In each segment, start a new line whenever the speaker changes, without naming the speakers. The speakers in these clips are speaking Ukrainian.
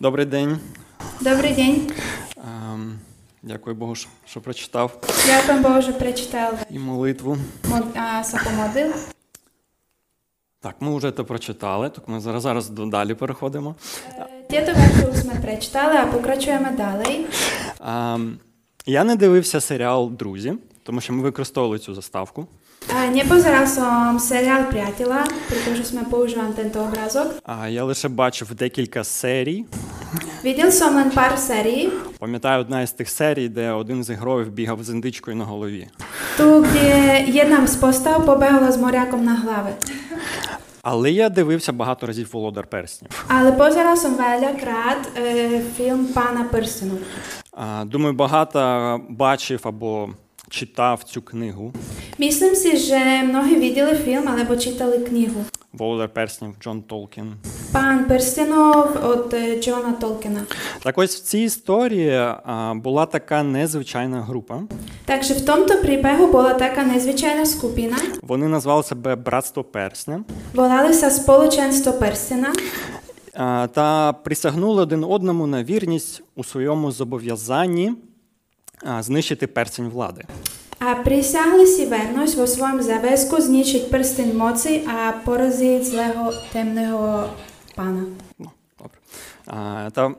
Добрий день.
Добрий день.
Ем, Дякую Богу, що- що прочитав
Дякую Боже, прочитали
і молитву.
Мо- а, Сапомодил.
Так, ми вже це прочитали, так ми зараз, зараз до- далі переходимо.
Тєто Верхус ми прочитали, а покрачуємо далі.
Ем, Я не дивився серіал Друзі, тому що ми використовували цю заставку.
Не позирав сам серіал «Прятіла», тому що ми поуживаємо тento образок.
А Я лише бачив декілька серій.
Відділ сам лен пар серій,
Пам'ятаю одна із тих серій, де один з героїв бігав з індичкою на голові.
ту, де єдна з постав побігла з моряком на глави.
Але я дивився багато разів володар перснів.
Але позирав сам веля крат е, фільм «Пана Перстину».
А, Думаю, багато бачив або читав цю книгу.
Мислим си, що многі виділи фільм, або читали книгу.
Володар перснів Джон Толкін.
Пан Перстинов від е, Джона Толкіна.
Так ось в цій історії а, була така незвичайна група.
Takže v tomto príbehu bola taká nezvyčajná skupina,
Вони назвали себе Братство Персня е,
volali sa Spoločenstvo Persena
а, та присягнули один одному на вірність у своєму зобов'язанні а, знищити персень влади.
a prisiahli si vernosť vo svojom záväzku zničiť prsten moci a poraziť zlého temného pána.
Ну, добре. А, та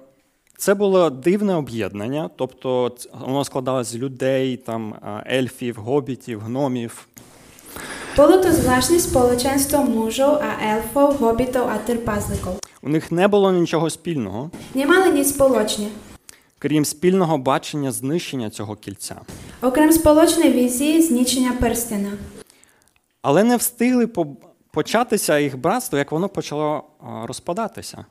це було дивне об'єднання, тобто ц- воно складалося з людей, там а, ельфів, гобітів, гномів.
Bolo to zvláštne spoločenstvo mužov a elfov, hobitov a trpazlikov.
У них не було нічого спільного,
Nemali nič spoločne.
крім спільного бачення знищення цього кільця.
Okrem spoločnej vízie zničenia prstena.
Але не встигли по- початися їх братство, як воно почало а, розпадатися.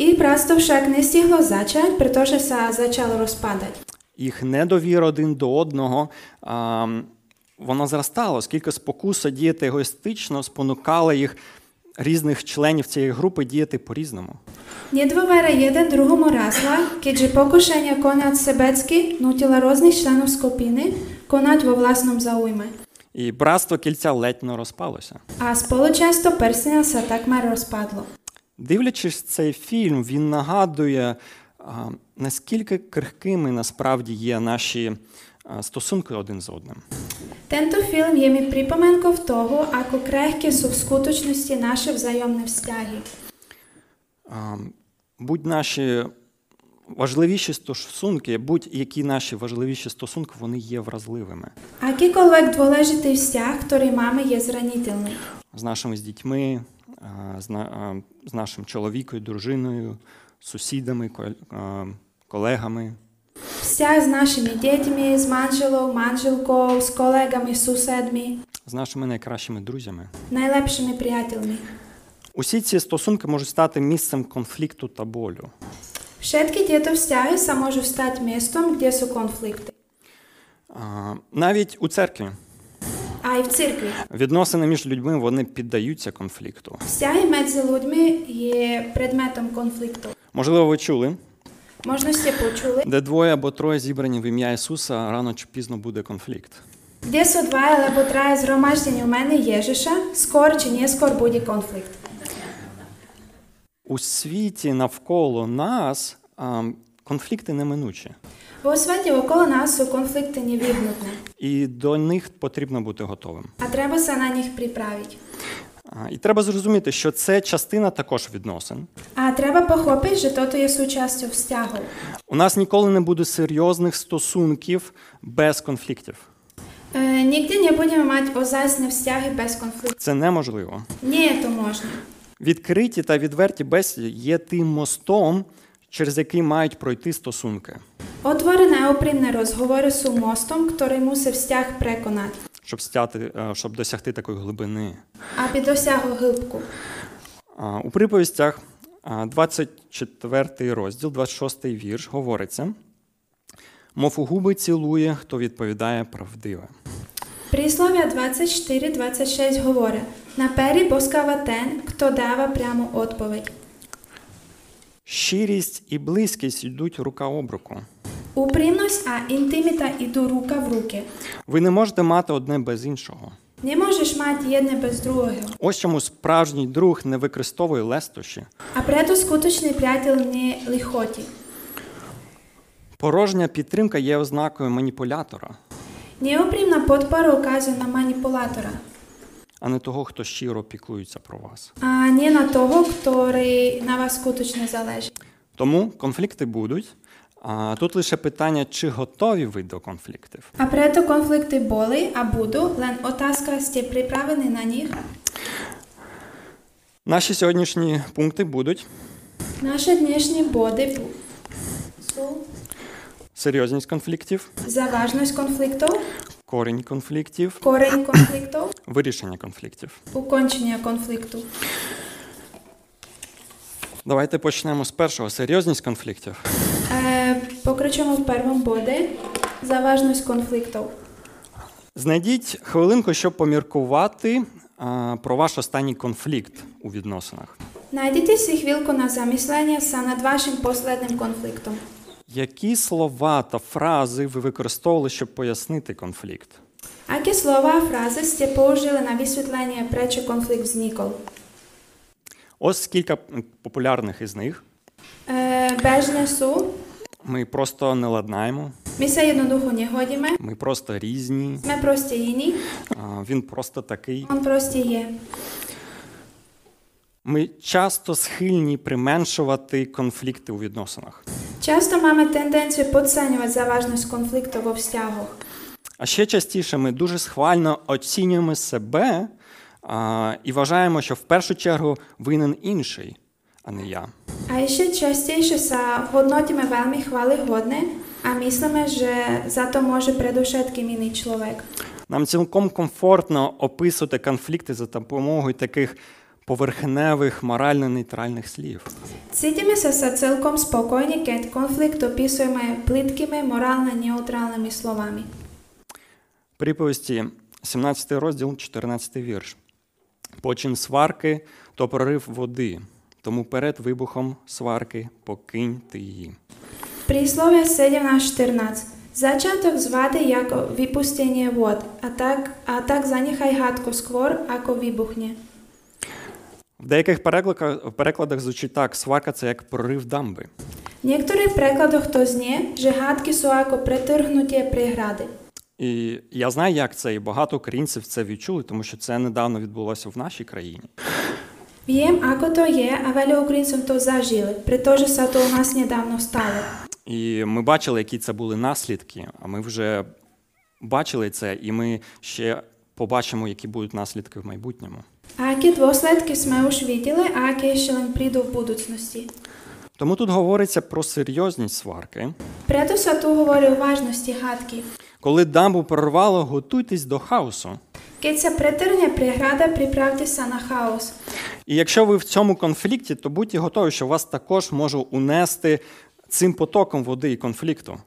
I bratstvo však nestihlo začať, pretože sa začalo rozpadať.
Їх недовіра один до одного. а, м, Воно зростало, оскільки спокуса діяти егоїстично спонукала їх різних членів цієї групи діяти по-різному.
Недовера jeden druhomu rasla, keďže pokušenie konať sebecky nutila rôznych členov skupiny konať vo vlastnom zaujme.
І братство кільця ледь не розпалося.
A spoločenstvo Persina sa takmer rozpadlo.
Дивлячись цей фільм, він нагадує, а, наскільки крихкими насправді є наші а, стосунки один з одним.
Tento film je mi pripomenkou toho, ako krehké sú v skutočnosti naše vzájomné vzťahy.
А, Будь наші важливіші стосунки, будь-які наші важливіші стосунки, вони є вразливими
Akýkoľvek dôležitý vzťah, ktorý máme, je zraniteľný.
з нашими з дітьми, а, з на- а, з нашим чоловіком, дружиною, сусідами, кол- а, колегами.
Vzťah s našimi deťmi, s manželou, manželkou, s kolegami, susedmi,
З нашими найкращими друзями
najlepšími priateľmi.
усі ці стосунки можуть стати місцем конфлікту та болю.
Všetky tieto vzťahy sa môžu stať miestom, kde sú konflikty.
А, Навіть у церкві
Aj v cirkvi.
відносини між людьми вони піддаються конфлікту.
Vzťahy medzi ľuďmi je predmetom конфликту.
Можливо, ви чули,
Možno ste počuli,
де двоє або троє зібрані в ім'я Ісуса, рано чи пізно буде конфлікт.
kde sú dva alebo traja zhromaždení v mene Ježiša, skôr či neskôr bude konflikt.
У світі навколо нас а, конфлікти неминучі,
Vo svete okolo nás sú konflikty nevyhnutné
і до них потрібно бути готовим.
a treba sa na nich pripraviť.
А, і треба зрозуміти, що це частина також відносин.
A treba pochopiť, že toto je súčasťou vzťahov. E,
У нас ніколи не буде серйозних стосунків без конфліктів.
E, nikdy nebudeme mať ozajstné vzťahy bez konfliktu.
Це неможливо.
Nie je to možné.
Відкриті та відверті бесіди є тим мостом, через який мають пройти стосунки,
Otvorené a úprimné rozhovory sú mostom, ktorý musí vzťah prekonať,
щоб стяти, е, щоб досягти такої глибини.
aby dosiahol hĺbku.
А, У приповістях а, 24 розділ, 26 вірш говориться: мов у губи цілує, хто відповідає правдиве.
Príslovia 24-26 hovoria Na pery boskáva ten, kto dáva priamu odpoveď.
Щирість і близькість йдуть рука об руку.
Úprimnosť a intimita idú ruka v ruke.
Ви не можете мати одне без іншого.
Не можeš mať jedne bez druhého.
Ось чому справжній друг не використовує лестощі.
A preto skutočný priateľ nie lichotí.
Порожня підтримка є ознакою маніпулятора,
Неопрімна подпора указує на маніпулятора,
а не того, хто щиро піклується про вас.
а не на того, який на вас скуточно залежить.
Тому конфлікти будуть. А тут лише питання, чи готові ви до конфліктів.
А прето конфлікти були, а буду, лен отазка, сте приправлені на них.
Наші сьогоднішні пункти будуть
Наші днішні боди
серйозність конфліктів,
заважність конфліктів,
корінь конфліктів,
корень конфліктів,
вирішення конфліктів.
укончення конфлікту.
Давайте почнемо з першого серйозність конфліктів.
Е, покрачимо в першому боді заважність конфліктів.
Знайдіть хвилинку, щоб поміркувати а, про ваш останній конфлікт у відносинах.
Найдіть си хвилку на замислення са над вашим последнім конфліктом.
Які слова та фрази ви використовували, щоб пояснити конфлікт?
Aké slova a fráze ste použili na vysvetlenie, prečo konflikt vznikol?
Ось кілька м, популярних із них.
E, bežne sú,
Ми просто не ладнаємо,
my sa jednoducho nehodíme,
ми просто різні,
sme proste iní,
а, він просто такий.
on proste je.
Ми часто схильні применшувати конфлікти у відносинах.
Často máme tendenciu podceňovať závažnosť konfliktov vo vzťahoch.
А ще частіше ми дуже схвально оцінюємо себе а, і вважаємо, що в першу чергу винен інший, а не я.
A ešte častejšie sa hodnotíme veľmi chválihodne a myslíme, že za to môže predovšetkým iný človek.
Нам цілком комфортно описувати конфлікти за допомогою таких поверхневих, морально-нейтральних слів.
Cítime sa sa celkom spokojne, keď konflikt opisujeme plitkými, morálne neutrálnymi slovami.
Приповісті, 17 розділ, 14 вірш. Почин сварки то прорив води, тому перед вибухом сварки покинь ти її.
Príslovie 17.14. Začiatok zvady je ako vypustenie vod a tak, a tak zanechaj hádku skôr, ako vybuchne.
В деяких перекладах, перекладах звучить так: сварка це як прорив дамби.
V niektorých prekladoch to znie, že hádky sú ako pretrhnutie priehrady.
І я знаю, як це, і багато українців це відчули, тому що це недавно відбулося в нашій країні.
Viem, ako to je a veľa Ukrajincov to zažili, pretože sa to u nás nedávno stalo.
І ми бачили, які це були наслідки. А ми вже бачили це, і ми ще побачимо, які будуть наслідки в майбутньому.
A aké dôsledky sme už videli a aké ešte len prídu v budúcnosti.
Тому тут говориться про серйозність сварки.
Preto sa tu hovorí o vážnosti hádky.
Коли дамбу прорвало, готуйтесь до хаосу.
Keď sa pretrhne priehrada, pripravte sa na chaos.
І якщо ви в цьому конфлікті, то будьте готові, що вас також може унести цим потоком води і конфлікту.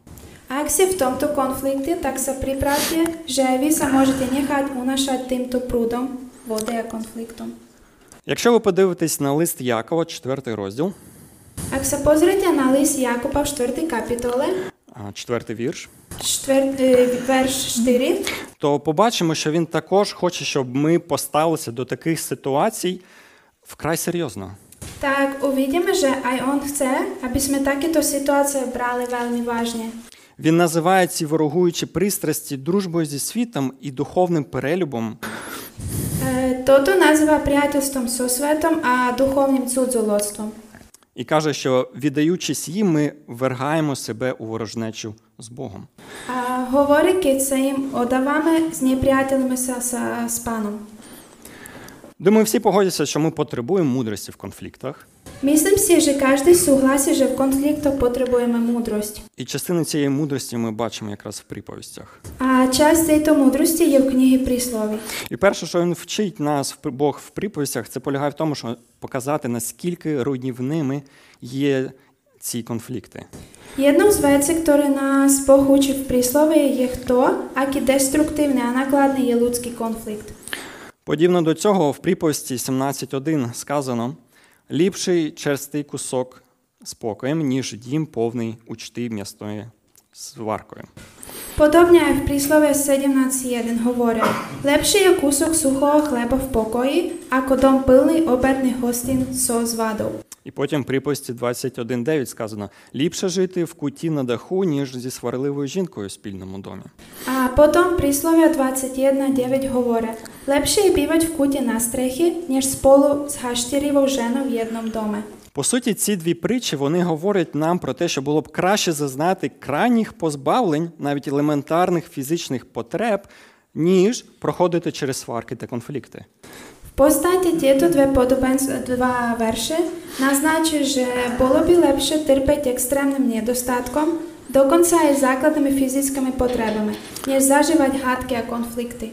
Ak ste v tomto konflikte, tak sa pripravte, že aj vy sa môžete nechať unašať týmto prúdom vody a konfliktom.
Якщо ви подивитесь на лист Якова, 4 розділ,
Ak sa pozriete na list Jakuba v 4. kapitole,
4 вірш,
4, e, verš 4,
то побачимо, що він також хоче, щоб ми поставилися до таких ситуацій вкрай серйозно.
tak uvidíme, že aj on chce, aby sme takéto situácie brali veľmi vážne.
Він називає ці ворогуючі пристрасті дружбою зі світом і духовним перелюбом.
E, toto nazýva priateľstvom so svetom a duchovným cudzolodstvom.
І каже, що віддаючись їм, ми вергаємо себе у ворожнечу з Богом.
A hovorí, keď sa im odávame, znepriateľme sa, sa s pánom.
Думаю, всі погодяться, що ми потребуємо мудрості в конфліктах.
Myslím si, že každý súhlasí, že v konfliktoch potrebujeme múdrosť.
І частину цієї мудрості ми бачимо якраз в приповістях.
A časť tejto múdrosti je v knihe príslovy.
І перше, що він вчить нас в при- Бог в приповістях, це полягає в тому, що показати наскільки руйнівними є ці конфлікти.
Jednou z vecí, ktoré nás Boh učí v príslove, je to, aký destruktívny a nákladný je ľudský konflikt.
Подібно до цього, в приповісті 17.1 сказано: ліпший черстий кусок спокоєм, ніж дім повний учти м'ясної сваркою.
Podobne aj v príslove 17.1 hovorí, lepšie je kúsok suchého chleba v pokoji, ako dom plný oberných hostín so zvadou.
І потім в приповісті 21.9 сказано: ліпше жити в куті на даху, ніж зі сварливою жінкою в спільному домі.
A potom príslovia 21.9 hovorí, lepšie je bývať v kúte na strechy, než spolu s hašterivou ženou v jednom dome.
По суті, ці дві притчі вони говорять нам про те, що було б краще зазнати крайніх позбавлень, навіть елементарних фізичних потреб, ніж проходити через сварки та конфлікти.
V podstate tieto dve podobenstva, dva verše naznačujú, že bolo by lepšie trpeť extrémnym nedostatkom, dokonca aj základnými fyzickými potrebami, než zažívať hádky a konflikty.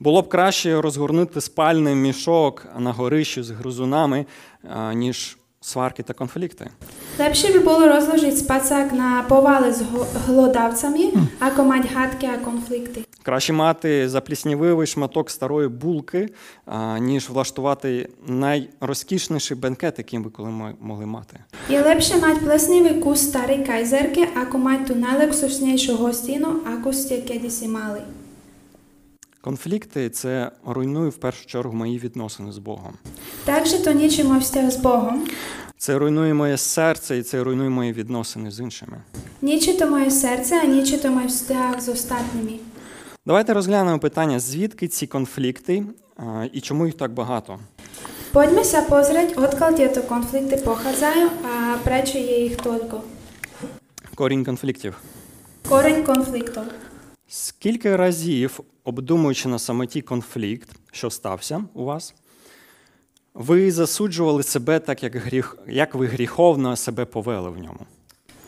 Було б краще розгорнути спальний мішок на горищі з гризунами, а, ніж сварки та конфлікти.
Lepšie by bolo rozložiť spacák na povale s ho- hlodavcami, ako mať hádky a konflikty.
Краще мати запліснявивий шматок старої булки, а, ніж влаштувати найрозкішніший бенкет, який ви коли мо- могли мати.
Je lepšie mať plesnivý kus starej kajzerky, ako mať tú najluxusnejšiu hostinu, ako ste kedysi mali.
Конфлікти це руйнує в першу чергу мої відносини з Богом.
Takže to ničí môj vzťah s Bohom,
Це руйнує моє серце і це руйнує мої відносини з іншими.
Ničí to moje srdce a ničí to môj vzťah s ostatnými.
Давайте розглянемо питання, звідки ці конфлікти а, і чому їх так багато.
Poďme sa pozrieť, odkiaľ tieto konflikty pochádzajú a prečo je ich toľko.
Корінь конфліктів.
Koreň konfliktov.
Скільки разів, обдумуючи на самоті конфлікт, що стався у вас, ви засуджували себе так, як, гріх, як ви гріховно себе повели в ньому?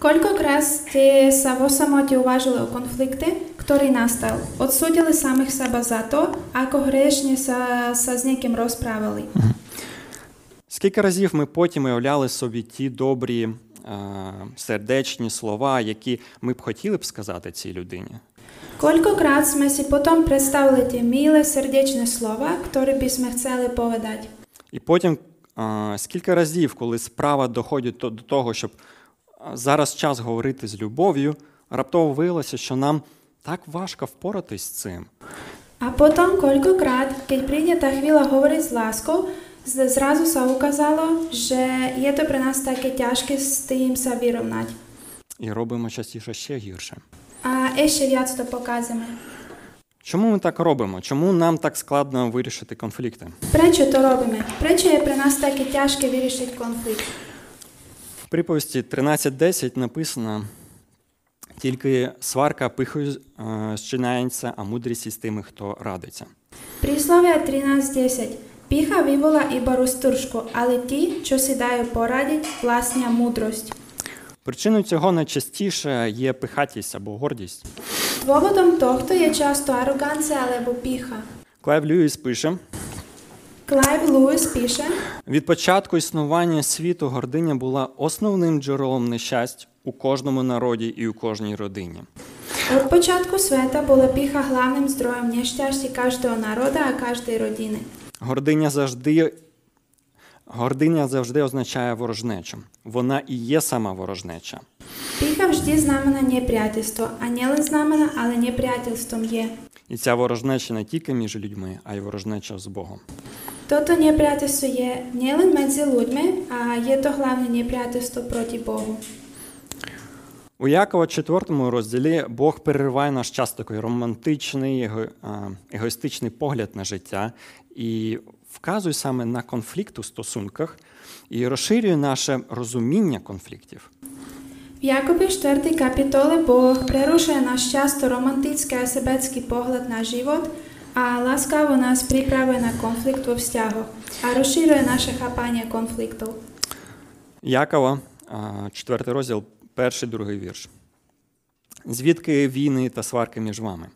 Koľkokrát ste sa vo samote uvažili o konflikte, ktorý nastal? Odsúdili samých seba za to, ako hriešne sa, sa s niekým rozprávali.
Скільки разів ми потім уявляли собі ті добрі, е, сердечні слова, які ми б хотіли б сказати цій людині?
Koľkokrát sme si potom predstavili tie milé srdečné slova, ktoré by sme chceli povedať.
І потім е, скільки разів, коли справа доходить то- до того, щоб е, зараз час говорити з любов'ю, раптово виявилося, що нам так важко впоратись з цим.
A potom koľkokrát, keď príde tá chvíľa hovoriť s láskou, z- zrazu sa ukázalo, že je to pre nás také ťažké s tým sa vyrovnať.
І робимо частіше ще гірше.
A ešte viac to pokazíme.
Чому ми так робимо? Чому нам так складно вирішити конфлікти?
Prečo to robíme? Prečo je pre nás také ťažké vyriešiť konflikt?
В приповісті 13.10 написано: тільки сварка пихою е, зчиняється, а мудрість із тими, хто радиться.
Príslovia 13.10. Pícha vyvolá iba roztržku, ale tí, čo si dajú poradiť, vlastnia múdrosť.
Причиною цього найчастіше є пихатість або гордість.
Dôvodom tohto je často arogancia alebo pícha.
Клайв Льюіс пише:
Clive Lewis píše,
від початку існування світу гординя була основним джерелом нещасть у кожному народі і у кожній родині.
Od počiatku sveta bola pícha hlavným zdrojom nešťastí každého národa a každej rodiny.
Гординя завжди, гординя завжди означає ворожнечу. Вона і є сама ворожнеча.
Pícha vždy znamená nepriateľstvo a nielen znamená, ale nepriateľstvom je.
І ця ворожнеча не тільки між людьми, а й ворожнеча з Богом.
Toto nepriateľstvo je nielen medzi ľuďmi a je to hlavne nepriateľstvo proti Bohu.
У Якова 4 розділі Бог перериває наш час такий романтичний, его- е, егоїстичний погляд на життя і вказує саме на конфлікт у стосунках і розширює наше розуміння конфліктів.
V Jakobe 4. kapitole Boh prerušuje náš často romantický a sebecký pohľad na život a láskavo nás pripravuje na konflikt vo vzťahoch a rozšíruje naše chápanie konfliktov.
Якова, 4 розділ, перший, другий вірш. Звідки війни та сварки між вами?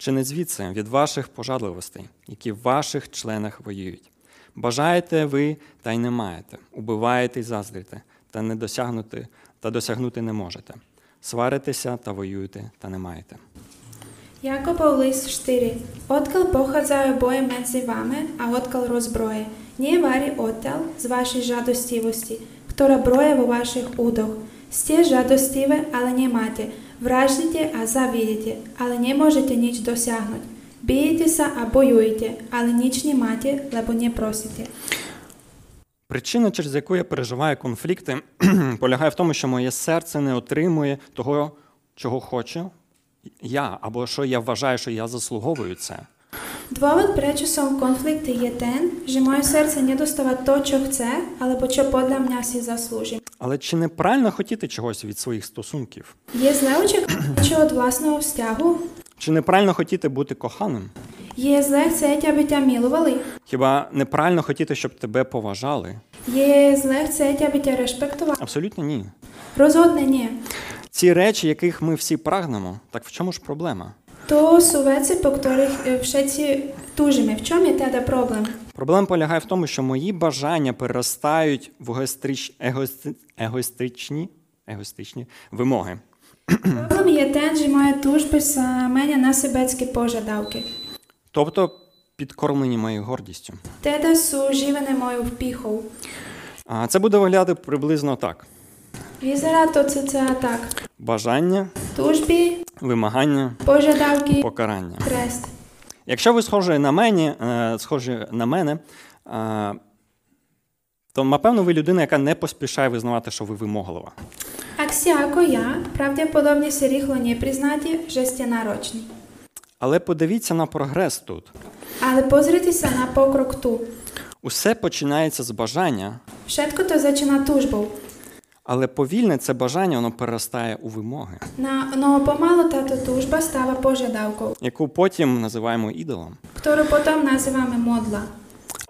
Чи не звідси від ваших пожадливостей, які в ваших членах воюють? Бажаєте ви та й не маєте, убиваєте й заздрите, та не досягнути, та досягнути не можете. Сваритеся та воюєте, та не маєте.
Jakobov list 4. Odkiaľ pochádzajú boje medzi vami a odkiaľ rozbroje? Nie varí odtiaľ z vašej žadostivosti, ktorá broje vo vašich údoch. Ste žadostivé, ale nemáte. Враждите, а завидите, але не можете ніч досягнути. Бієтеся, а воюєте, але ніч не мати, лебо не просите.
Причина, через яку я переживаю конфлікти, полягає в тому, що моє серце не отримує того, чого хоче я, або що я вважаю, що я заслуговую це.
Двовод пречасом конфлікти є тен, що моє серце не достава то, що хоче, але бо що подля мене всі заслужі.
Але чи неправильно хотіти чогось від своїх стосунків?
Є зле очікувати від власного стягу,
Чи неправильно хотіти бути коханим?
є зле хочеть, аби тя мілували,
Хіба неправильно хотіти, щоб тебе поважали?
є зле хочеть, аби тя респектували.
Абсолютно ні.
Розhodne ні.
Ці речі, яких ми всі прагнемо, так в чому ж проблема?
То су веці, по которых е, всеці тужимо. В чому є тоді проблем?
Проблема полягає в тому, що мої бажання переростають в егострич... егости- егоїстичні... егоїстичні вимоги.
Проблем є те, що моя тужби мене на себецькі пожадавки.
Тобто підкормлені моєю гордістю.
Теда су живене мою впіхов.
А це буде виглядати приблизно так:
Візера то це це так.
бажання,
Тужбі,
вимагання,
пожадавки,
покарання.
трест.
Якщо ви схожі на мене, е, схожі на мене, е, то напевно ви людина, яка не поспішає визнавати, що ви вимоглива.
Аксіако я, правдеподобні се ріхло не признаті, що сте нарочні.
Але подивіться на прогрес тут.
Але позритися на покрок ту.
Усе починається з бажання,
Všetko то зачина тужбов.
але повільне це бажання воно переростає у вимоги,
На, но помалу тато тужба става пожадавкою,
яку потім називаємо ідолом.
котору потім називаємо модла.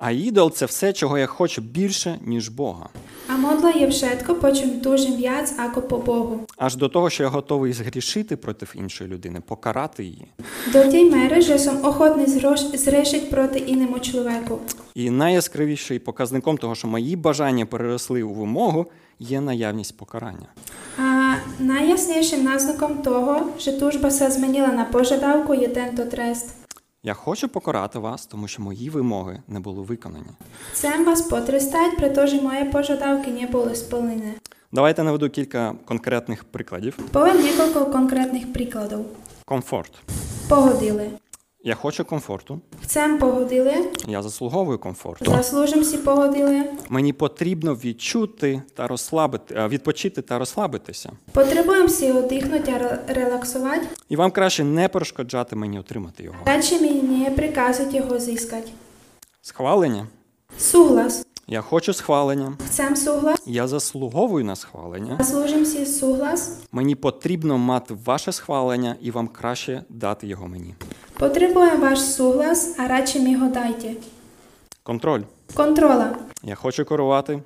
А ідол це все, чого я хочу більше, ніж Бога,
А модла є všetko, по чим тужим в'яць, ако по Богу.
аж до того, що я готовий згрішити проти іншої людини, покарати її.
До тій мери, що сам охотний зрош- зрешить проти іному чоловіку.
І найяскравіший показником того, що мої бажання переросли у вимогу, є наявність покарання.
А найяснішим назнаком того, що тужба се змінила на пожадавку, є тento трест.
Я хочу покарати вас, тому що мої вимоги не були виконані.
Цем вас потрестать, при то, що мої пожадавки не були сповнені.
Давайте наведу кілька конкретних прикладів.
Повем нікілька конкретних прикладів.
Комфорт.
Погодили.
Я хочу комфорту,
Цем погодили,
я заслуговую комфорту.
заслужим сі погодили.
Мені потрібно відчути та розслабити, е, відпочити та розслабитися.
Потребуємо всі одихнути, релаксувати,
І вам краще не перешкоджати мені отримати його.
радше мені не приказують його зіскати.
Схвалення.
Суглас.
Я хочу схвалення.
Chcem суглас.
Я заслуговую на схвалення.
Заслужим всі суглас.
Мені потрібно мати ваше схвалення, і вам краще дати його мені.
Потребуємо ваш суглас, а радше мі його дайте.
Контроль.
Контрола.
Я хочу керувати.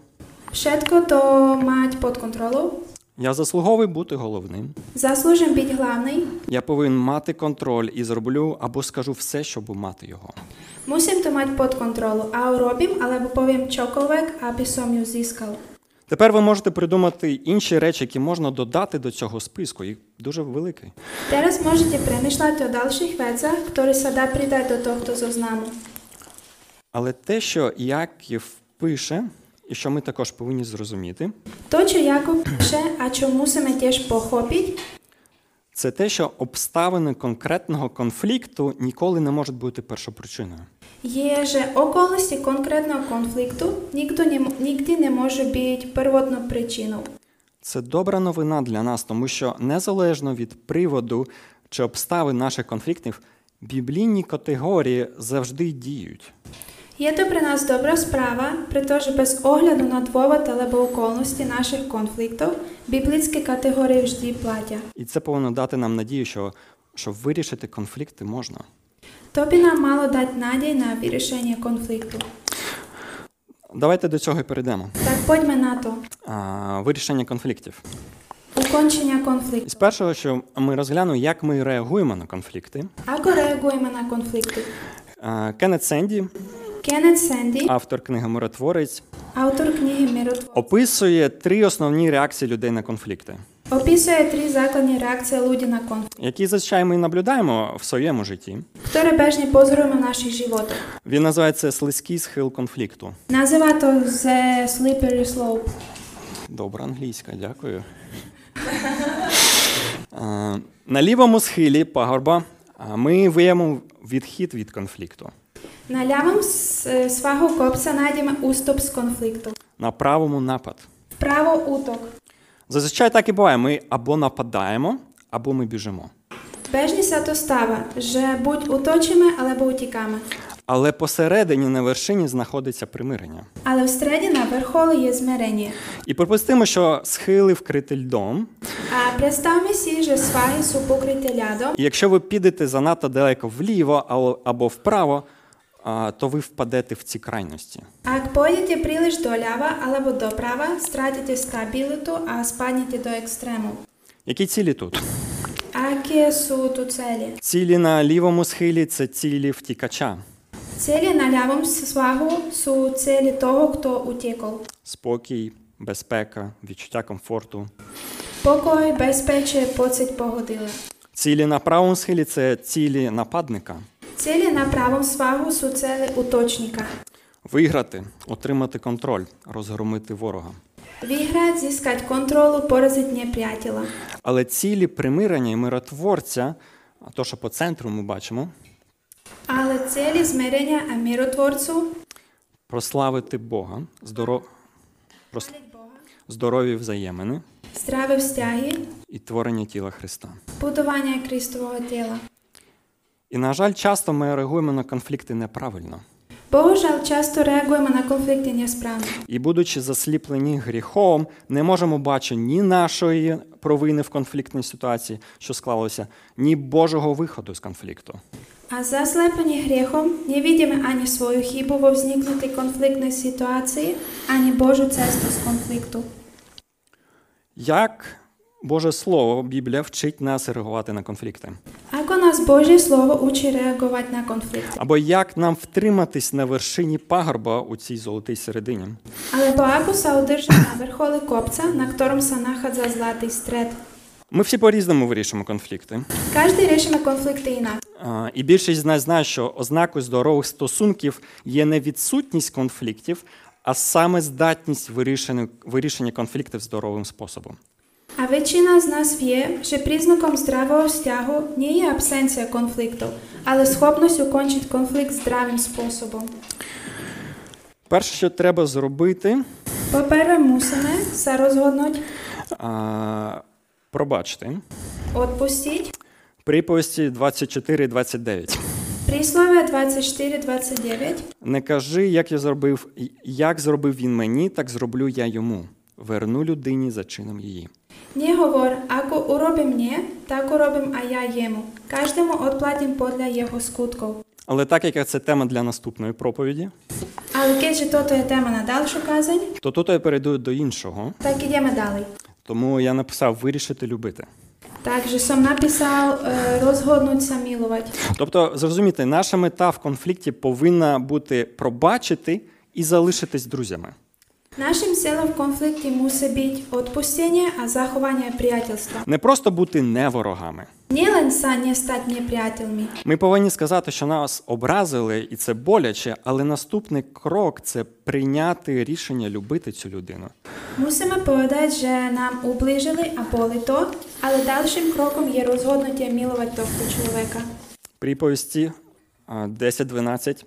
Všetko то мать під контролю.
Я заслуговую бути головним.
Заслужим бути главний.
Я повинен мати контроль і зроблю або скажу все, щоб мати його.
Мусим то мати під контролю, а уробім, або повім чоковек, аби сом ю зіскав.
Тепер ви можете придумати інші речі, які можна додати до цього списку. Їх дуже великий.
Зараз можете примішляти о дальших вецах, які сада придать до того, хто зознаму.
Але те, що Яків пише, і що ми також повинні зрозуміти,
То, що Яков пише, а що мусимо теж похопіть,
це те, що обставини конкретного конфлікту ніколи не можуть бути першопричиною.
є, що околності конкретного конфлікту ніхто не, м- нігді не може бути первотною причиною.
Це добра новина для нас, тому що незалежно від приводу чи обставин наших конфліктів, біблійні категорії завжди діють.
Є то при нас добра справа, при тому, що без огляду на двовод або околності наших конфліктів, біблійські категорії вжди платять.
І це повинно дати нам надію, що, що вирішити конфлікти можна.
Тобі нам мало дати надій на вирішення конфлікту.
Давайте до цього і перейдемо.
Так подьме на то.
А, вирішення конфліктів.
Укончення
І з
конфлікту.
першого, що ми розглянули, як ми реагуємо на конфлікти.
Ако реагуємо на конфлікти?
А, Кеннет Сенді,
Кеннет Сенді,
автор книги Миротворець,
автор книги «Миротвор»,
описує три основні реакції людей на конфлікти,
описує три закладні реакції людей на конфлікт,
які зазвичай ми наблюдаємо в своєму житті.
які бежні позоруємо в наших животах.
Він називає це слизький схил конфлікту.
Назива то «The Slippery Slope».
Добра англійська, дякую. Е, На лівому схилі пагорба а, ми виявимо відхід від конфлікту.
На лявому с- е, свагу копця знайдемо уступ з конфлікту.
На правому напад.
Вправо уток.
Зазвичай так і буває. Ми або нападаємо, або ми біжимо.
Бежність та става, же будь уточими, або утіками.
Але посередині на вершині знаходиться примирення.
Але в середі на верхолі є змирення.
І припустимо, що схили вкриті льдом.
А представимо сі, що сваги су покриті лядом,
І якщо ви підете занадто далеко вліво ал- або вправо, а, то ви впадете в ці крайності.
а як поїдете прилиш до лява або до права, стратите стабіліту, а спаднете до екстрему.
Які цілі тут?
А які су ту целі?
Цілі на лівому схилі це цілі втікача,
Цілі на лявому свагу су цілі того, хто утікав.
спокій, безпека, відчуття комфорту.
Покой, безпечі, поцить погодила.
Цілі на правому схилі це цілі нападника.
Цілі на правому свагу су цілі уточника.
Виграти, отримати контроль, розгромити ворога.
Виграть, зіскать контролу, поразить неприятеля.
Але цілі примирення і миротворця, а то, що по центру ми бачимо,
Але цілі змирення а миротворцу
прославити Бога, здоро... прос-
Бога.
здорові взаємини
Здраве стяги,
і творення тіла Христа.
будування Крістового тіла.
І, на жаль, часто ми реагуємо на конфлікти неправильно.
Божал часто реагуємо на конфлікти несправно.
І, будучи засліплені гріхом, не можемо бачити ні нашої провини в конфліктній ситуації, що склалося, ні Божого виходу з конфлікту.
А заслеплені гріхом не видимо ані свою хібу во возникнутій конфліктній ситуації, ані Божу цесту з конфлікту.
Як Боже Слово, Біблія вчить нас реагувати на конфлікти?
Ако нас Боже Слово учить реагувати на конфлікти.
Або як нам втриматись на вершині пагорба у цій золотій середині?
Але Боагу са удержана на верхолі копца, на котором са нахадза златий стрет.
Ми всі по-різному вирішимо конфлікти.
Кожен рішимо конфлікти інакше.
А, І більшість з нас знає, що ознакою здорових стосунків є не відсутність конфліктів, а саме здатність вирішення, вирішення конфліктів здоровим способом.
А väčšina з нас вє, що признаком здравого стягу не є абсенція конфліктів, але схопність укончити конфлікт здравим способом.
Перше, що треба зробити,
По-перше, мусимо все розгоднуть,
а, пробачити.
відпустити.
Приповісті 24-29.
Прислов'я 24-29.
Не кажи, як я зробив, як зробив він мені, так зроблю я йому. Верну людині за чином її.
Не говор, ако уроби мені, так уробим, а я йому. Кожному відплатим подля його скутків.
Але так як це тема для наступної проповіді,
Але кеже тото є тема на дальшу казань,
то тут я перейду до іншого.
так ідемо далі.
Тому я написав вирішити любити.
Также сам написав е, розгоднуться милувати.
Тобто, зрозумійте, наша мета в конфлікті повинна бути пробачити і залишитись друзями.
Нашим силам в конфлікті мусить бути відпустення, а заховання приятельства.
Не просто бути не ворогами.
Не ленса не стати неприятельми.
Ми повинні сказати, що нас образили, і це боляче, але наступний крок це прийняти рішення любити цю людину.
Мусимо повідати, що нам уближили або то, але дальшим кроком є розгоднуття милувати того чоловіка.
Приповісті а, 10.12.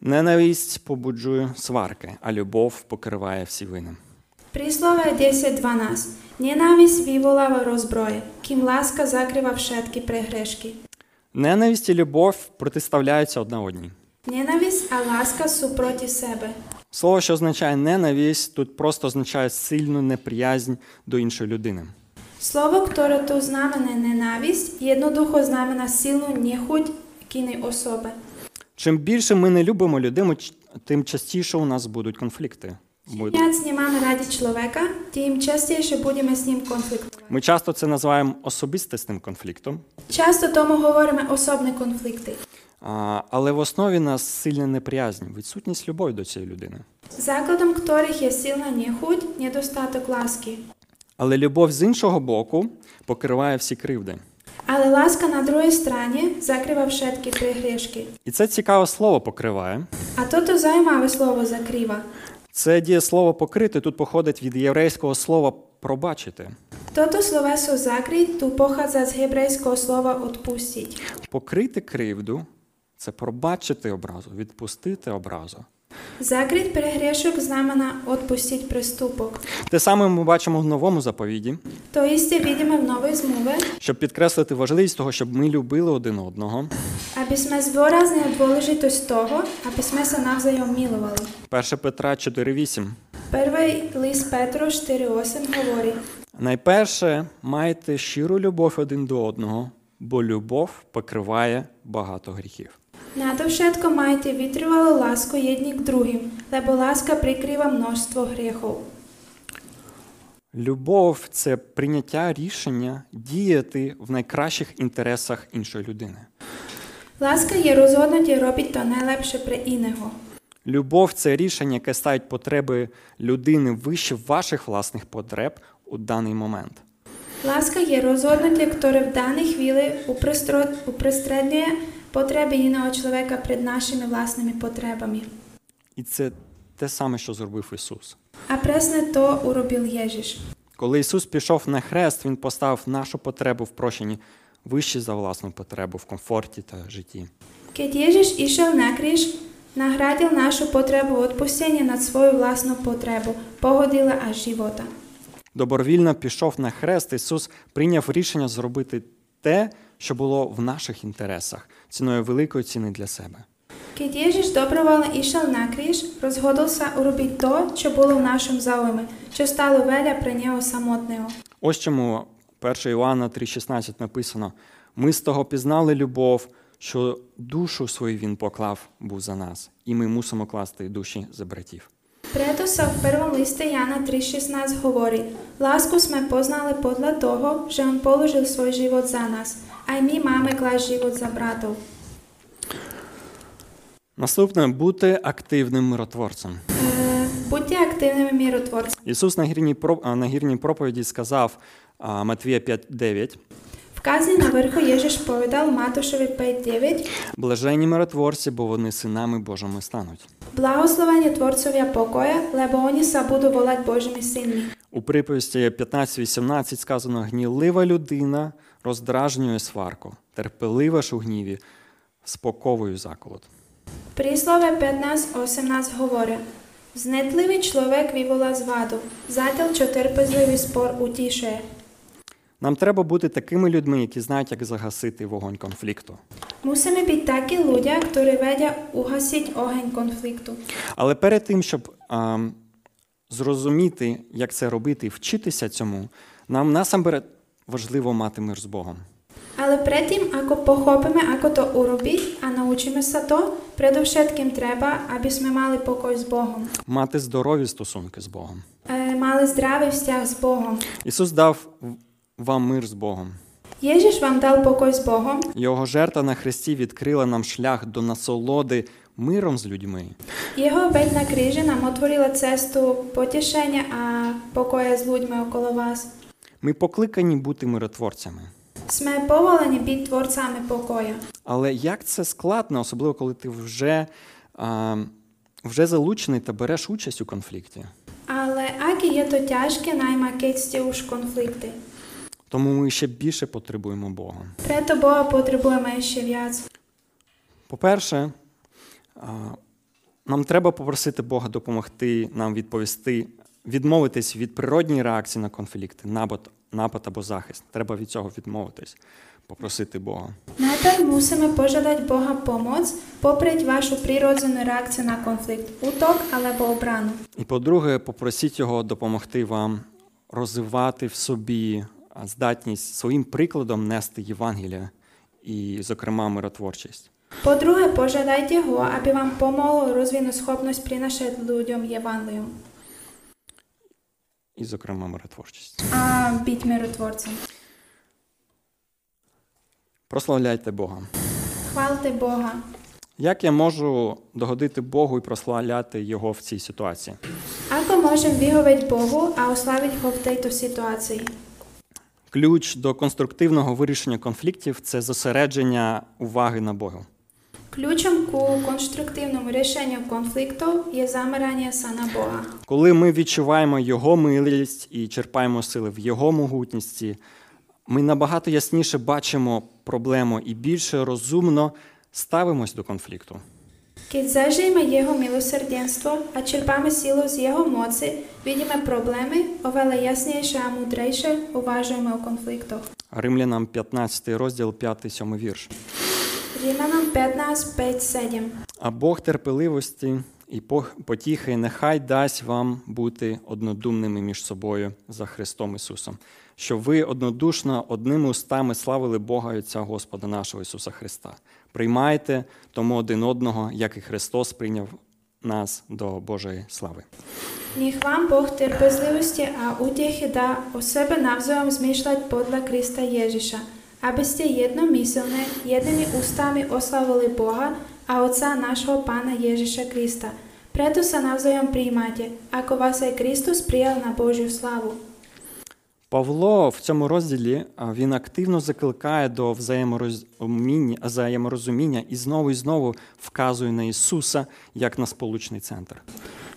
Ненависть побуджує сварки, а любов покриває всі вини.
Присловие 10.12. Ненависть виволава розброє, ким ласка закрива všetky прегрешки.
Ненависть і любов протиставляються одна одній.
Ненависть, а ласка супроти себе.
Слово, що означає ненависть, тут просто означає сильну неприязнь до іншої людини.
Слово, которое то знамене ненависть, єднодухо знамена силу нехуть кіни особи.
Чим більше ми не любимо людей, ми ч- тим частіше у нас будуть конфлікти. Ми-
Як не маємо раді чоловіка, тим частіше будемо з ним конфліктувати.
Ми часто це називаємо особистісним конфліктом,
Часто тому говоримо особні конфлікти.
а, але в основі нас сильна неприязнь, відсутність любові до цієї людини.
Закладом которих є сила нехуть, недостаток ласки.
Але любов з іншого боку покриває всі кривди.
Але ласка на другій стороні закрива всі пригрішки.
І це цікаве слово покриває.
А то то займаве слово закрива.
Це дієслово покрити тут походить від єврейського слова пробачити.
Toto sloveso zakryť tu pochádza z hebrejského slova odpustiť.
Покрити кривду це пробачити образу, відпустити образу.
Zakryť prehriešok znamená odpustiť prestupok.
Те саме ми бачимо в новому заповіді,
To isté vidíme v Novej zmluve,
щоб підкреслити важливість того, щоб ми любили один одного.
aby sme zdôraznili dôležitosť toho, aby sme sa navzájom milovali.
1 Петра 4,8.
Prvý list Petro 4.8 hovorí
Найперше майте щиру любов один до одного, бо любов покриває багато гріхів.
Nadovšetko majte vytrvalú lásku jedni k druhým, lebo láska prikrýva množstvo hriechov.
Любов це прийняття рішення діяти в найкращих інтересах іншої людини.
Láska je rozhodnutie robiť to najlepšie pre iného.
Любов це рішення, яке ставить потреби людини вище ваших власних потреб у даний момент.
Láska je rozhodnutie, ktoré v danej chvíli uprestro- uprestredňuje potreby iného človeka pred našimi vlastnými potrebami.
І це те саме, що зробив Ісус.
A presne to urobil Ježiš.
Коли Ісус пішов на хрест, Він поставив нашу потребу в прощенні вище за власну потребу в комфорті та житті.
Keď Ježiš išiel na kríž, nahradil našu potrebu odpustenia nad svoju vlastnú potrebu, pohodila a života.
Добровільно пішов на хрест, Ісус прийняв рішення зробити те, що було в наших інтересах, ціною великої ціни для себе.
Keď Ježiš dobrovoľne išiel na kríž, rozhodol sa urobiť to, čo bolo v našom záujme, čo stalo veľa pre neho samotného.
Ось чому 1 Іоанна 3,16 написано: ми з того пізнали любов, що душу свою він поклав був за нас, і ми мусимо класти душі за братів.
Preto sa v prvom liste Jana 3.16 hovorí, lásku sme poznali podľa toho, že on položil svoj život za nás. Aj my máme klásť život za bratov.
Наступне бути активним миротворцем.
E, buďte aktívnymi mierotvorcami.
Ісус на гірній, про- а, на гірній проповіді сказав а, Матвія 5,9
V kázni na vrchu Ježiš povedal Matúšovi 5.9
Блажені миротворці, бо вони синами Божими стануть.
Blahoslovenie tvorcovia pokoja, lebo oni sa budú volať Božími synmi.
У приповісті 15.18 сказано: гнілива людина роздражнює сварку, терпелива ж у гніві, споковує заколот.
Príslove 15.18 hovorí Vznetlivý človek vyvolá zvádu, zatiaľ čo trpezlivý spor utíšuje.
Нам треба бути такими людьми, які знають, як загасити вогонь конфлікту.
Musíme byť takí ľudia, ktorí vedia uhasiť oheň konfliktu.
Але перед тим, щоб а, зрозуміти, як це робити, і вчитися цьому, нам насамперед важливо мати мир з Богом.
Ale predtým, ako pochopíme, ako to urobiť a naučíme sa to, predovšetkým treba, aby sme mali pokoj s Bohom.
мати здорові стосунки з Богом.
E, mali zdravý vzťah s Bohom.
Ісус дав в- вам мир з Богом.
Ježiš vám dal pokoj s Bohom,
Його жертва на Христі відкрила нам шлях до насолоди миром з людьми.
jeho obeď na kríži nám otvorila cestu potešenia a pokoja s ľuďmi okolo vás.
Ми покликані бути миротворцями.
Sme povolení byť tvorcami pokoja.
Але як це складно, особливо коли ти вже, а, вже залучений та береш участь у конфлікті.
Ale aké je to ťažké, najmä keď ste už v konflikte.
Тому ми ще більше потребуємо Бога.
Preto Boha potrebujeme ešte viac.
По-перше, а, нам треба попросити Бога допомогти нам відповісти, відмовитись від природньої реакції на конфлікти, напад, напад або захист. Треба від цього відмовитись, попросити Бога.
Najprv musíme požiadať Boha pomoc, poprieť vašu prírodzenú reakciu na konflikt, útok alebo obranu.
І по-друге, попросіть Його допомогти вам розвивати в собі а, здатність своїм прикладом нести Євангелія і, зокрема, миротворчість.
Po druhé, požiadajte ho, aby vám pomohol rozvinúť schopnosť prinašať ľuďom evanlium
І, зокрема, миротворчість.
a byť mierotvorcom.
Прославляйте Бога.
Chválte Boha.
Як я можу догодити Богу і прославляти Його в цій ситуації?
Ako môžem vyhovieť Bohu a osláviť ho v tejto situácii?
Ключ до конструктивного вирішення конфліктів це зосередження уваги на Бога.
Ключом к конструктивному рішенню конфлікту є замирання сана Бога.
Коли ми відчуваємо Його милість і черпаємо сили в Його могутності, ми набагато ясніше бачимо проблему і більше розумно ставимось до конфлікту.
Keď zažijeme jeho milosrdenstvo a čerpáme sílu z jeho moci, vidíme problémy, oveľa jasnejšie a múdrejšie uvažujeme o konfliktoch.
Римлянам 15 розділ 5-7 вірш.
Rímanom 15, 5, 7.
А Бог терпеливості і пох- потіхи нехай дасть вам бути однодумними між собою за Христом Ісусом, щоб ви однодушно одними устами славили Бога і Отця Господа нашого Ісуса Христа. Приймайте тому один одного, як і Христос прийняв нас до Божої слави.
Nech vám Boh trpezlivosti a útechy dá o sebe navzájom zmýšľať podľa Krista Ježiša, aby ste jednomyselné, jednými ústami oslavili Boha a Otca nášho Pána Ježiša Krista. Preto sa navzájom príjmate, ako vás aj Kristus prijal na Božiu slavu.
Павло в цьому розділі а, він активно закликає до взаєморозуміння, взаєморозуміння і знову і знову вказує на Ісуса як на сполучний центр.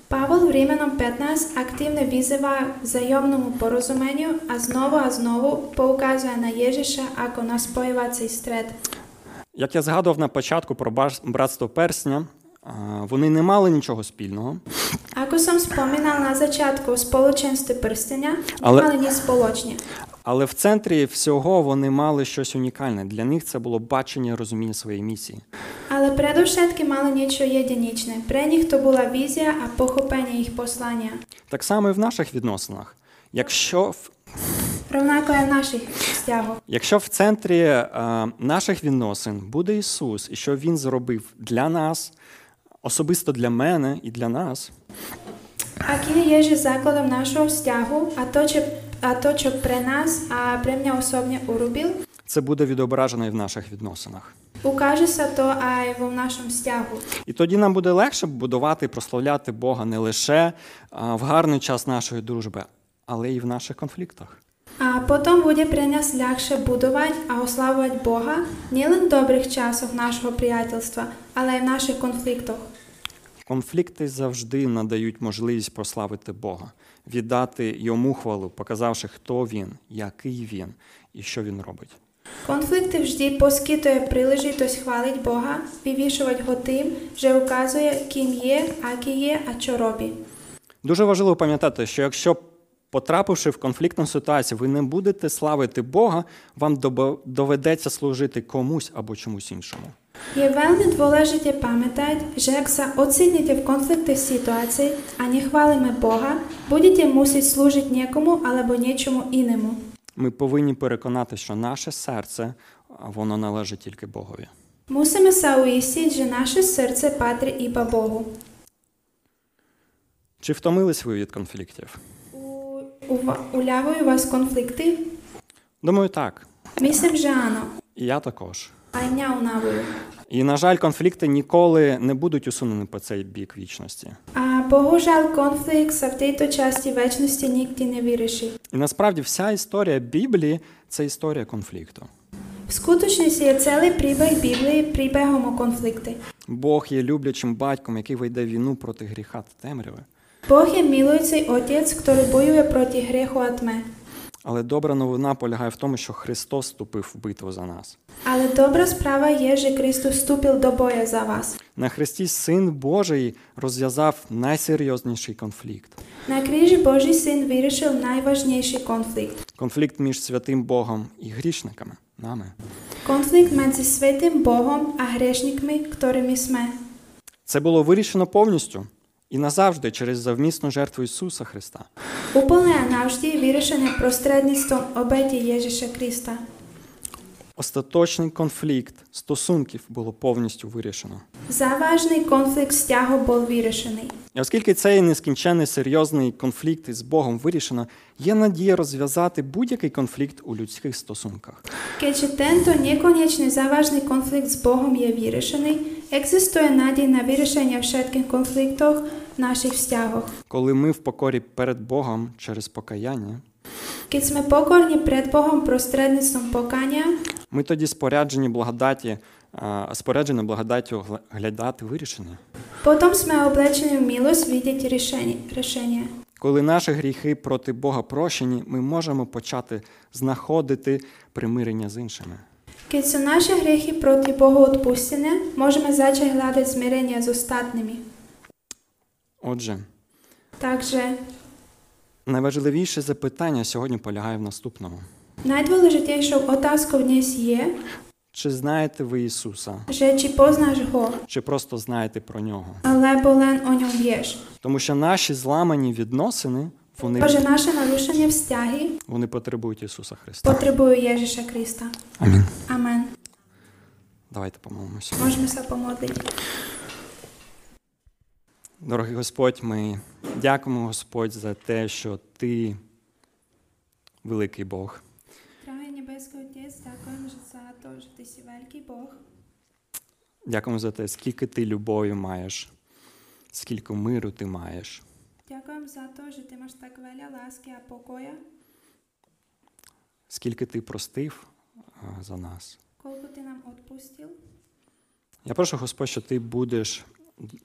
Павел в Римлянам 15 активно визива взаємному порозуменню, а знову а знову поуказує на Єжиша, ако на споювацей стрет.
Як я згадував на початку про бар- братство персня, а, вони не мали нічого спільного,
Ако сам спомінав на зачатку у сполученстві перстеня,
Але-
мали ні сполочні.
але в центрі всього вони мали щось унікальне. Для них це було бачення і розуміння своєї місії.
Але предовшетки мали нічо єдинічне. При них то була візія, а похопення їх послання.
Так само і в наших відносинах. Якщо в,
Ровнако і в е наших стягах.
якщо в центрі е, наших відносин буде Ісус, і що Він зробив для нас, особисто для мене і для нас,
Акі є же закладом нашого стягу, а то, чи, а то, що при нас, а при мене особне урубив,
це буде відображено і в наших відносинах.
Укажеться то ай в нашому стягу.
І тоді нам буде легше будувати і прославляти Бога не лише а, в гарний час нашої дружби, але і в наших конфліктах.
А потім буде при нас легше будувати, а ославувати Бога не лише в добрих часах нашого приятельства, але й в наших конфліктах.
Конфлікти завжди надають можливість прославити Бога, віддати йому хвалу, показавши, хто він, який він і що він робить.
Конфлікти завжди поскитує прилежитость хвалить Бога, вивішувати го тим, що указує, ким є, акі є, а що робить.
Дуже важливо пам'ятати, що якщо потрапивши в конфліктну ситуацію, ви не будете славити Бога, вам добо- доведеться служити комусь або чомусь іншому.
Є вельми дволежите пам'ятати, що як са оціните в конфлікти ситуації, а не хвалимо Бога, будете мусить служити нікому або нічому іному.
Ми повинні переконати, що наше серце а, воно належить тільки Богові.
Мусимо се уїстити, що наше серце патри іба Богу.
Чи втомились ви від конфліктів?
У- ува- Улявую вас конфлікти?
Думаю, так.
Місим же ано,
І я також.
а й мня унавую.
І, на жаль, конфлікти ніколи не будуть усунені по цей бік вічності.
А Богу жаль конфлікт са в тейто часті вечності нікті не вирішить.
І насправді вся історія Біблії це історія конфлікту.
В скуточності є цілий прибіг Біблії прибігом у конфлікти.
Бог є люблячим батьком, який вийде в війну проти гріха та темряви.
Бог є милуючий отець, який боює проти греху а тьми.
Але добра новина полягає в тому, що Христос вступив в битву за нас.
Але добра справа є, що Христос вступив до боя за вас.
На Христі Син Божий розв'язав найсерйозніший конфлікт.
На крижі Божий син вирішив найважніший конфлікт.
Конфлікт між святим Богом і грішниками нами.
Конфлікт між святим Богом а грешниками, якими сме.
Це було вирішено повністю і назавжди через завмісну жертву Ісуса Христа.
Уполне а навжди вирішене простредництвом обеті Єжиша Христа.
Остаточний конфлікт стосунків було повністю вирішено.
Заважний конфлікт стягу був вирішений.
І оскільки цей нескінчений серйозний конфлікт із Богом вирішено, є надія розв'язати будь-який конфлікт у людських стосунках.
Кече тенто неконечний заважний конфлікт з Богом є вирішений, екзистує надій на вирішення всіх конфліктів в наших стягах.
Коли ми в покорі перед Богом через покаяння,
Кіт ми покорні перед Богом простредництвом покання,
Ми тоді споряджені благодаті, а, споряджені благодаттю гла- глядати вирішення.
Потом jsme облечены в милость видеть решение. решение.
Коли наші гріхи проти Бога прощені, ми можемо почати знаходити примирення з іншими.
Keď sú naše hriechy proti Bohu odpustené, môžeme začať hľadať zmierenie s ostatnými.
Отже,
Takže
найважливіше запитання сьогодні полягає в наступному:
najdôležitejšou otázkou dnes je,
чи знаєте ви Ісуса,
že či poznáš ho,
чи просто знаєте про нього?
alebo len o ňom vieš.
Тому що наші зламані відносини
Pretože
вони,
naše narušené vzťahy
вони потребують Ісуса Христа.
potrebujú Ježiša Krista.
Амінь.
Amen.
Давайте помолимося.
Môžeme sa pomodliť.
Дорогий Господь, ми дякуємо Господь за те, що Ти великий Бог.
Drahý nebeský Otec, ďakujem že za to, že Ty si veľký Boh.
Дякуємо за те, скільки ти любові маєш, скільки миру ти маєш.
Ďakujem za to, že Ty máš tak veľa lásky a pokoja,
скільки ти простив а, за нас.
koľko Ty nám odpustil.
Я прошу, Господь, що ти будеш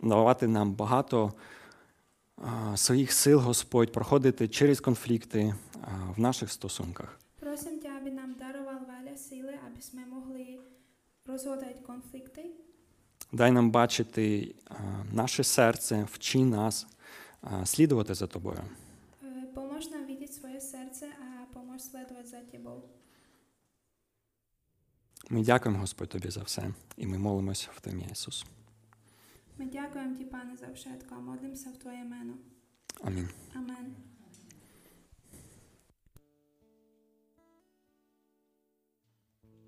давати нам багато а, своїх сил, Господь, проходити через конфлікти а, в наших стосунках.
Prosím ťa, aby nám daroval veľa síly, aby sme mohli rozhodať konflikty.
Дай нам бачити а, наше серце, вчи нас а, слідувати за тобою.
E, Pomôž nám vidieť svoje srdce a pomôž sledovať za Tebou.
Ми дякуємо, Господь, тобі за все, і ми молимось в Тим'я Ісус.
My ďakujem Ti, Pane, za všetko a modlím sa v Tvoje meno.
Амінь.
Amen.